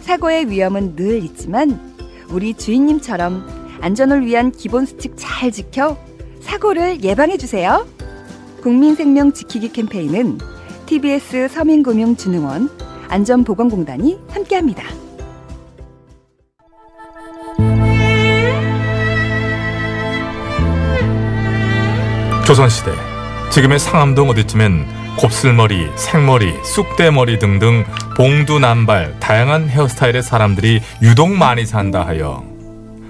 사고의 위험은 늘 있지만 우리 주인님처럼 안전을 위한 기본 수칙 잘 지켜 사고를 예방해 주세요. 국민 생명 지키기 캠페인은 TBS 서민금융진흥원 안전보건공단이 함께합니다. 조선시대 지금의 상암동 어디쯤엔 곱슬머리, 생머리, 쑥대머리 등등 봉두 남발 다양한 헤어스타일의 사람들이 유독 많이 산다 하여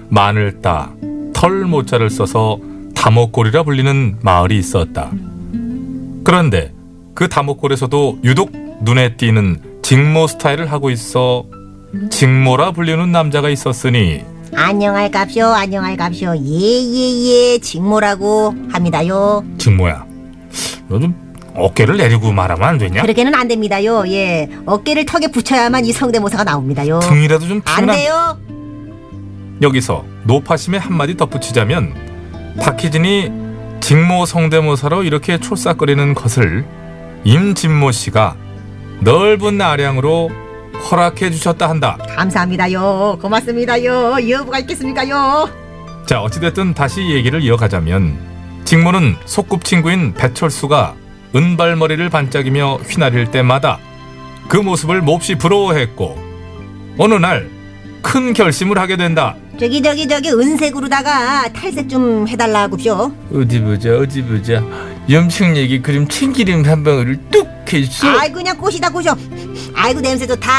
마늘 따, 털 모자를 써서 다목골이라 불리는 마을이 있었다. 그런데 그 다목골에서도 유독 눈에 띄는 직모 스타일을 하고 있어 직모라 불리는 남자가 있었으니 안녕할 갑쇼, 안녕할 갑쇼. 예, 예, 예. 직모라고 합니다요. 직모야 요즘 어깨를 내리고 말하면 안 되냐? 그렇게는 안 됩니다요. 예. 어깨를 턱에 붙여야만 이 성대모사가 나옵니다요. 등이라도 좀 어. 안 피우나? 돼요. 여기서 노파심에 한마디 덧붙이자면 박희진이 직모 성대모사로 이렇게 출사거리는 것을 임진모 씨가 넓은 아량으로 허락해 주셨다 한다. 감사합니다요. 고맙습니다요. 여부가 있겠습니까요? 자 어찌됐든 다시 얘기를 이어가자면 직모는 소꿉친구인 배철수가 은발머리를 반짝이며 휘날릴 때마다 그 모습을 몹시 부러워했고 어느 날 큰 결심을 하게 된다. 저기, 저기, 저기, 은색으로다가 탈색 좀 해달라고쇼. 어디 보자 어디 보자 염색약에 그림 참기름 한 방울을 뚝 해줘 아이고, 그냥 꽃이다, 꽃이요. 아이고, 냄새 좋다.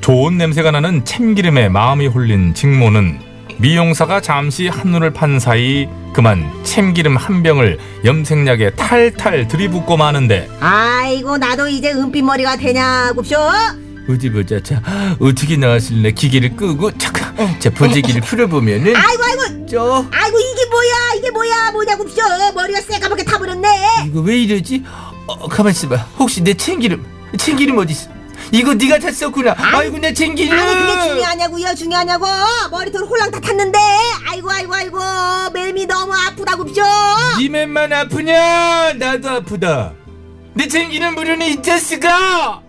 좋은 냄새가 나는 참기름에 마음이 홀린 직모는 미용사가 잠시 한눈을 판 사이 그만 참기름 한 병을 염색약에 탈탈 들이붓고 마는데 아이고, 나도 이제 은빛머리가 되냐고쇼. 어디 보자 자 어떻게 나왔을래 기계를 끄고 잠깐 자 번제기를 풀어보면은 아이고, 아이고, 저 아이고, 이게 뭐야, 이게 뭐야, 뭐냐고쇼. 머리가 새까맣게 타버렸네. 이거 왜 이러지 어, 가만 있어봐 혹시 내 참기름 참기름 어디 있어 이거 네가 다 썼구나 아이고 내 참기름 아니 그게 예. 중요하냐고요 중요하냐고 머리털 홀랑 다 탔는데 아이고 아이고 아이고 멜미 너무 아프다고죠 네 맘만 아프냐 나도 아프다 네 내 참기름 부르는 이 자스가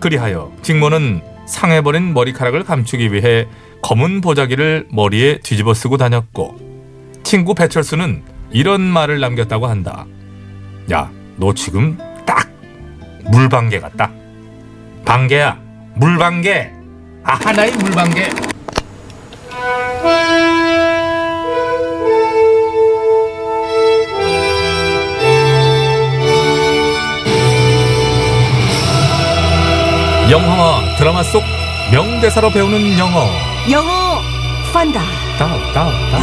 그리하여 직모는 상해버린 머리카락을 감추기 위해 검은 보자기를 머리에 뒤집어 쓰고 다녔고 친구 배철수는 이런 말을 남겼다고 한다. 야, 너 지금 딱 물방개 같다. 방개야, 물방개. 아, 하나의 물방개. 영화와 드라마 속 명대사로 배우는 영어. 영어 판다 다우, 다우, 다우.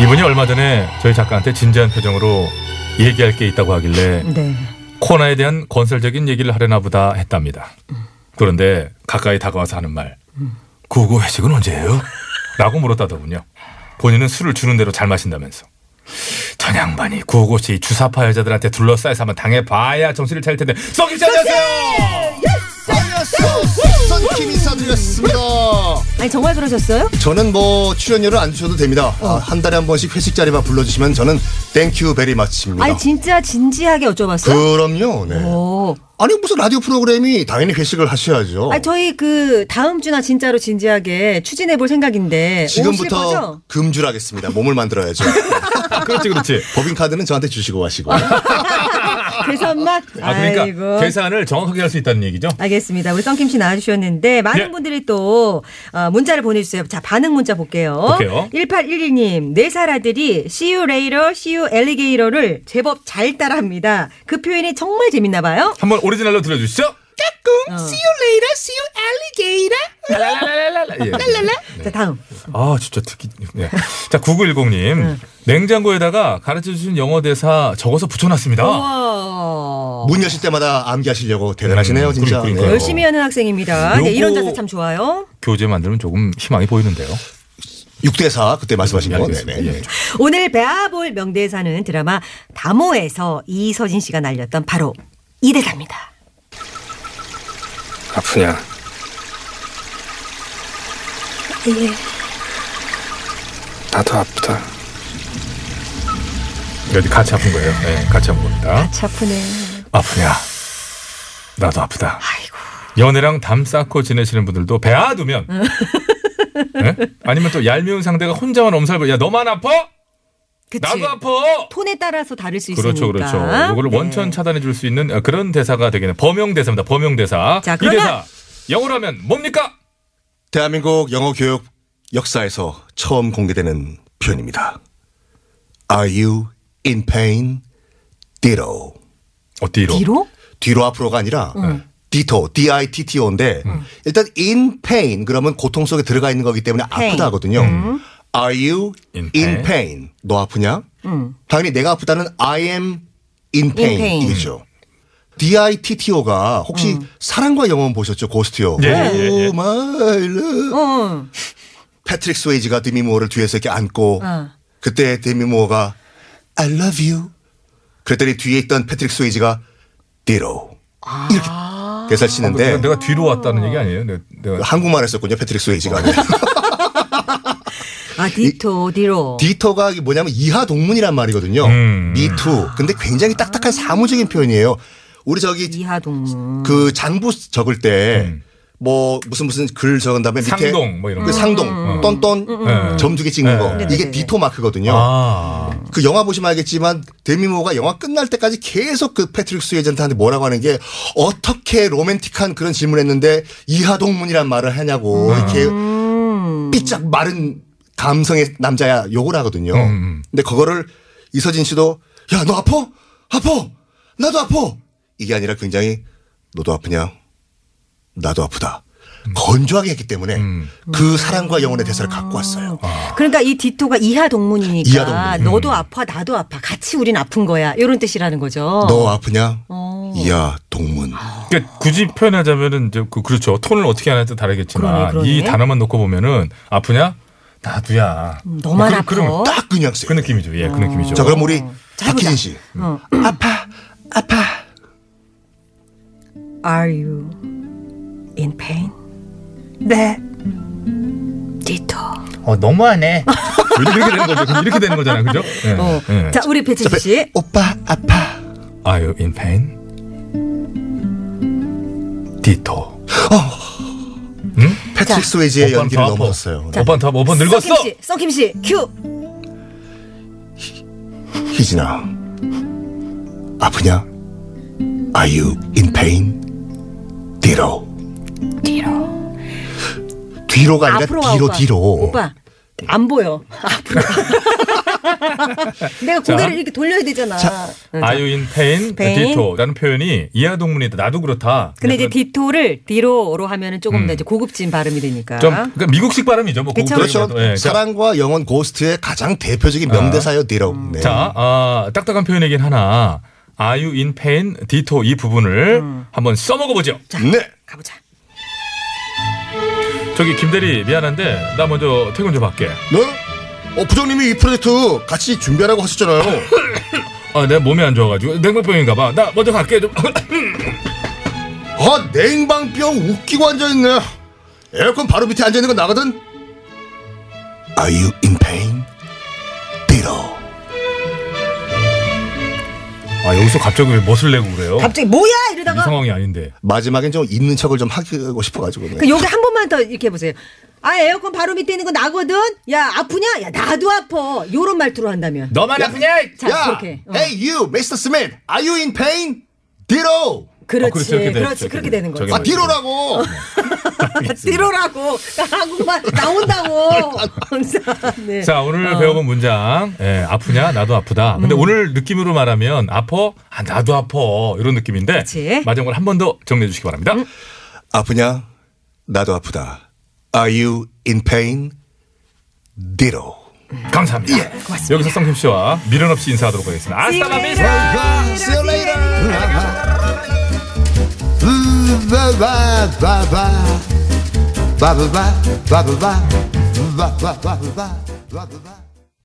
이분이 얼마 전에 저희 작가한테 진지한 표정으로 얘기할 게 있다고 하길래 네 코로나에 대한 건설적인 얘기를 하려나 보다 했답니다. 그런데 가까이 다가와서 하는 말. 구구 회식은 언제예요? 라고 물었다더군요. 본인은 술을 주는 대로 잘 마신다면서. 전 양반이 구호고시 주사파 여자들한테 둘러싸여서 한번 당해봐야 정신을 차릴 텐데 썩입지 않으세요! 안녕하세요. 선킴 인사드렸습니다. 아니 정말 그러셨어요? 저는 뭐 출연료를 안 주셔도 됩니다. 아, 한 달에 한 번씩 회식 자리만 불러주시면 저는 땡큐 베리 마치입니다. 아니 진짜 진지하게 여쭤봤어요? 그럼요. 네. 오. 아니 무슨 라디오 프로그램이 당연히 회식을 하셔야죠. 아니 저희 그 다음 주나 진짜로 진지하게 추진해 볼 생각인데 오실 지금부터 거죠? 금주하겠습니다. 몸을 만들어야죠. 아, 그렇지, 그렇지. 법인 카드는 저한테 주시고 가시고. 계산맛 아, 그러니까 아이고. 계산을 정확하게 할 수 있다는 얘기죠? 알겠습니다. 우리 썬킴 씨 나와주셨는데 많은 네. 분들이 또 어, 문자를 보내주세요. 자 반응 문자 볼게요. 볼게요. 1812님 4살 아들이 see you later, see you alligator를 제법 잘 따라합니다. 그 표현이 정말 재밌나 봐요. 한번 오리지널로 들려주시죠. 어. 까꿍. See you later. See you alligator. 랄랄랄랄라. 예. 자, 다음. 아, 진짜 특히. 예. 자, 9910님. 네. 냉장고에다가 가르쳐 주신 영어 대사 적어서 붙여놨습니다. 어. 우와. 문 여실 때마다 암기하시려고 대단하시네요, 음, 진짜. 그러니까요. 네. 열심히 하는 학생입니다. 네, 이런 요거- 자세 참 좋아요. 교재 만들면 조금 희망이 보이는데요. 6대4 그때 말씀하신 거. 알겠습니다. 네네. 예. 오늘 배아볼 명대사는 드라마 다모에서 이서진 씨가 날렸던 바로 이 대사입니다. 아프냐? 예. 나도 아프다. 여기 같이 아픈 거예요. 네, 같이 아픈 겁니다. 차프네. 아프냐? 나도 아프다. 아이고. 연애랑 담 쌓고 지내시는 분들도 배아 두면 예? 아니면 또 얄미운 상대가 혼자만 엄살부 야 너만 아파? 그치. 나도 아파. 톤에 따라서 다를 수 그렇죠, 있으니까. 그렇죠. 이거를 네. 원천 차단해 줄 수 있는 어, 그런 대사가 되겠네. 범용 대사입니다. 범용 대사. 자, 이 그러면- 대사 영어로 하면 뭡니까? 대한민국 영어 교육 역사에서 처음 공개되는 표현입니다. Are you in pain? Ditto. 어 뒤로. 뒤로? 뒤로 앞으로가 아니라 음. 네. ditto, D-I-T-T-O인데 일단 in pain 그러면 고통 속에 들어가 있는 거기 때문에 pain. 음. 아프다 하거든요. Are you in, In pain. pain? 너 아프냐? 당연히 내가 아프다는 I am in pain, 음. pain. 음. 이겠죠. D-I-T-T-O가 혹시 사랑과 영혼 보셨죠? 고스트요. 예, 예, 예. Oh my love. 어. 패트릭 스웨이지가 데미 모어를 뒤에서 이렇게 안고 어. 그때 데미 모어가 I love you 그랬더니 뒤에 있던 패트릭 스웨이지가 Ditto 이렇게 대사를 치는데 아. 네. 내가, 내가 뒤로 왔다는 얘기 아니에요? 내가, 내가 한국말 했었군요 패트릭 스웨이지가 네. 아, 디토, 디로. 디터가 이게 뭐냐면 이하 동문이란 말이거든요 음. 미투 근데 굉장히 딱딱한 사무적인 표현이에요 우리 저기 이하 동문. 그 장부 적을 때 뭐 무슨 무슨 글 적은 다음에 밑에 음. 상동 뭐 이런 그 거. 상동 똔똔 음. 점두개 찍는 거 네. 이게 디토 마크거든요. 아. 그 영화 보시면 알겠지만 데미모가 영화 끝날 때까지 계속 그 패트릭 스웨이전한테 뭐라고 하는 게 어떻게 로맨틱한 그런 질문했는데 이하동문이란 말을 하냐고 이렇게 음. 삐짝 마른 감성의 남자야 욕을 하거든요. 음. 근데 그거를 이서진 씨도 야 너 아파? 아파? 나도 아파? 이게 아니라 굉장히 너도 아프냐? 나도 아프다. 음. 건조하게 했기 때문에 그 사랑과 영혼의 대사를 갖고 왔어요. 그러니까 이 디토가 이하 동문이니까 이하 동문. 너도 아파 나도 아파 같이 우린 아픈 거야 이런 뜻이라는 거죠. 너 아프냐? 어. 이야 동문. 그러니까 굳이 표현하자면은 이제 그 그렇죠. 톤을 어떻게 하냐에 따라 다르겠지만 그러네, 그러네. 이 단어만 놓고 보면은 아프냐? 나도야. 음, 너만 그, 그럼 아파. 어. 딱 그냥 쓰요 그 느낌이죠. 예, 그 느낌이죠. 자 그럼 우리 잘 박희진 씨 어. 아파 아파 Are you in pain? 네. 디토. 어 너무하네. 이렇게 되는 거죠. 그럼 이렇게 되는 거잖아요. 그죠? 예, 어. 예. 자 우리 배치수 씨. 오빠 아파 Are you in pain? 디토. 패트릭 스웨이지의 오빠는 연기를 더 아파. 넘어갔어요 오빠 다 오빠 늙었어. 썩김 씨, 썩김 씨, 큐. 희진아 아프냐 Are you in pain? 뒤로 뒤로 뒤로가 아니라 앞으로 와 뒤로 오빠. 뒤로 오빠 안 보여. 앞으로. 내가 자. 고개를 이렇게 돌려야 되잖아. 응, 자. Are you in pain? pain. 디토라는 표현이 이하동문이다. 나도 그렇다. 근데 이제 약간 디토를 디로로 하면은 조금 더 이제 고급진 발음이 되니까. 좀 그러니까 미국식 발음이죠. 뭐 그쵸. 그렇죠 고급적인 것도. 예, 자, 아. 사랑과 영혼 고스트의 가장 대표적인 명대사요 뒤로 네. 자, 아, 딱딱한 표현이긴 하나. Are you in pain? 디토 이 부분을 음. 한번 써먹어 보죠. 네 가보자. 저기 김대리 미안한데 나 먼저 퇴근 좀 할게. 네? 어 부장님이 이 프로젝트 같이 준비하라고 하셨잖아요 아, 내 몸이 안 좋아가지고 냉방병인가 봐. 나 먼저 갈게 좀. 아 냉방병 웃기고 앉아있네 에어컨 바로 밑에 앉아있는 거 나거든 Are you in pain? 빌어 아 여기서 갑자기 왜 멋을 내고 그래요? 갑자기 뭐야 이 이러다가 상황이 아닌데. 마지막엔 좀 있는 척을 좀 하고 싶어가지고 그 여기 한 번만 더 이렇게 해보세요. 아 에어컨 바로 밑에 있는 거 나거든. 야 아프냐? 야 나도 아파. 요런 말투로 한다면. 너만 아프냐? 자 야! 그렇게. 어. Hey you, Mr. Smith Are you in pain? 빌어 그렇지, 그렇지, 이렇게 돼, 그렇지, 저기 그렇게 돼. 되는 거지. 저기 아 디로라고. 들어라고 그러니까 한국말 나온다고 항상. 네. 자 오늘 배워본 문장 예, 아프냐 나도 아프다 근데 오늘 느낌으로 말하면 아퍼 아, 나도 아퍼 이런 느낌인데 그치. 마지막으로 한 번 더 정리해 주시기 바랍니다 아프냐? 나도 아프다. Are you in pain? 디로. 감사합니다 여기서 성김 씨와 미련 없이 인사하도록 하겠습니다 아싸라비스 See you later. Ba ba ba ba ba ba ba ba ba ba ba ba ba ba